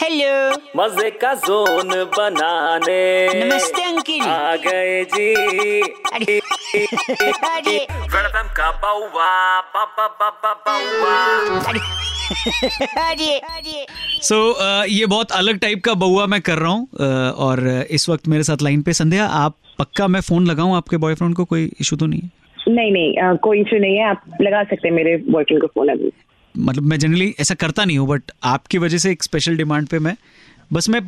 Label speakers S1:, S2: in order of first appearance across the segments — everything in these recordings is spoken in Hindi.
S1: हेलो
S2: मजे का जोन बनाने
S1: नमस्ते अंकिल
S2: आ गए जी
S1: अरे अरे
S2: वेलकम का बाउवा बाबा बाबा बाउवा
S1: अरे अरे
S3: सो so, uh, ये बहुत अलग टाइप का बउआ मैं कर रहा हूँ uh, और uh, इस वक्त मेरे साथ लाइन पे संध्या आप पक्का मैं फोन लगाऊं आपके बॉयफ्रेंड को कोई इशू तो नहीं है
S4: नहीं नहीं अ, कोई इशू नहीं है आप लगा सकते हैं मेरे बॉयफ्रेंड को फोन अभी
S3: मतलब मैं जनरली ऐसा करता नहीं हूँ बट आपकी वजह से एक स्पेशल डिमांड पे मैं बस मैं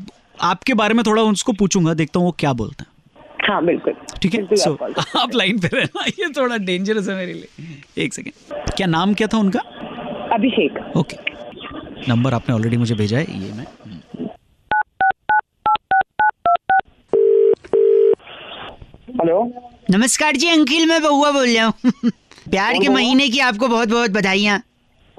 S3: आपके बारे में थोड़ा उसको पूछूंगा देखता हूँ वो क्या बोलता है
S4: हाँ बिल्कुल
S3: ठीक है
S4: बिल्कुल
S3: सो
S4: आप call
S3: so, आप लाइन पे रहना ये थोड़ा डेंजरस है मेरे लिए एक सेकेंड क्या नाम क्या था उनका
S4: करें। अभिषेक
S3: ओके नंबर आपने ऑलरेडी मुझे भेजा है ये मैं
S4: हेलो
S1: नमस्कार जी अंकिल मैं बहुआ बोल रहा हूँ प्यार के महीने की आपको बहुत बहुत बधाइयाँ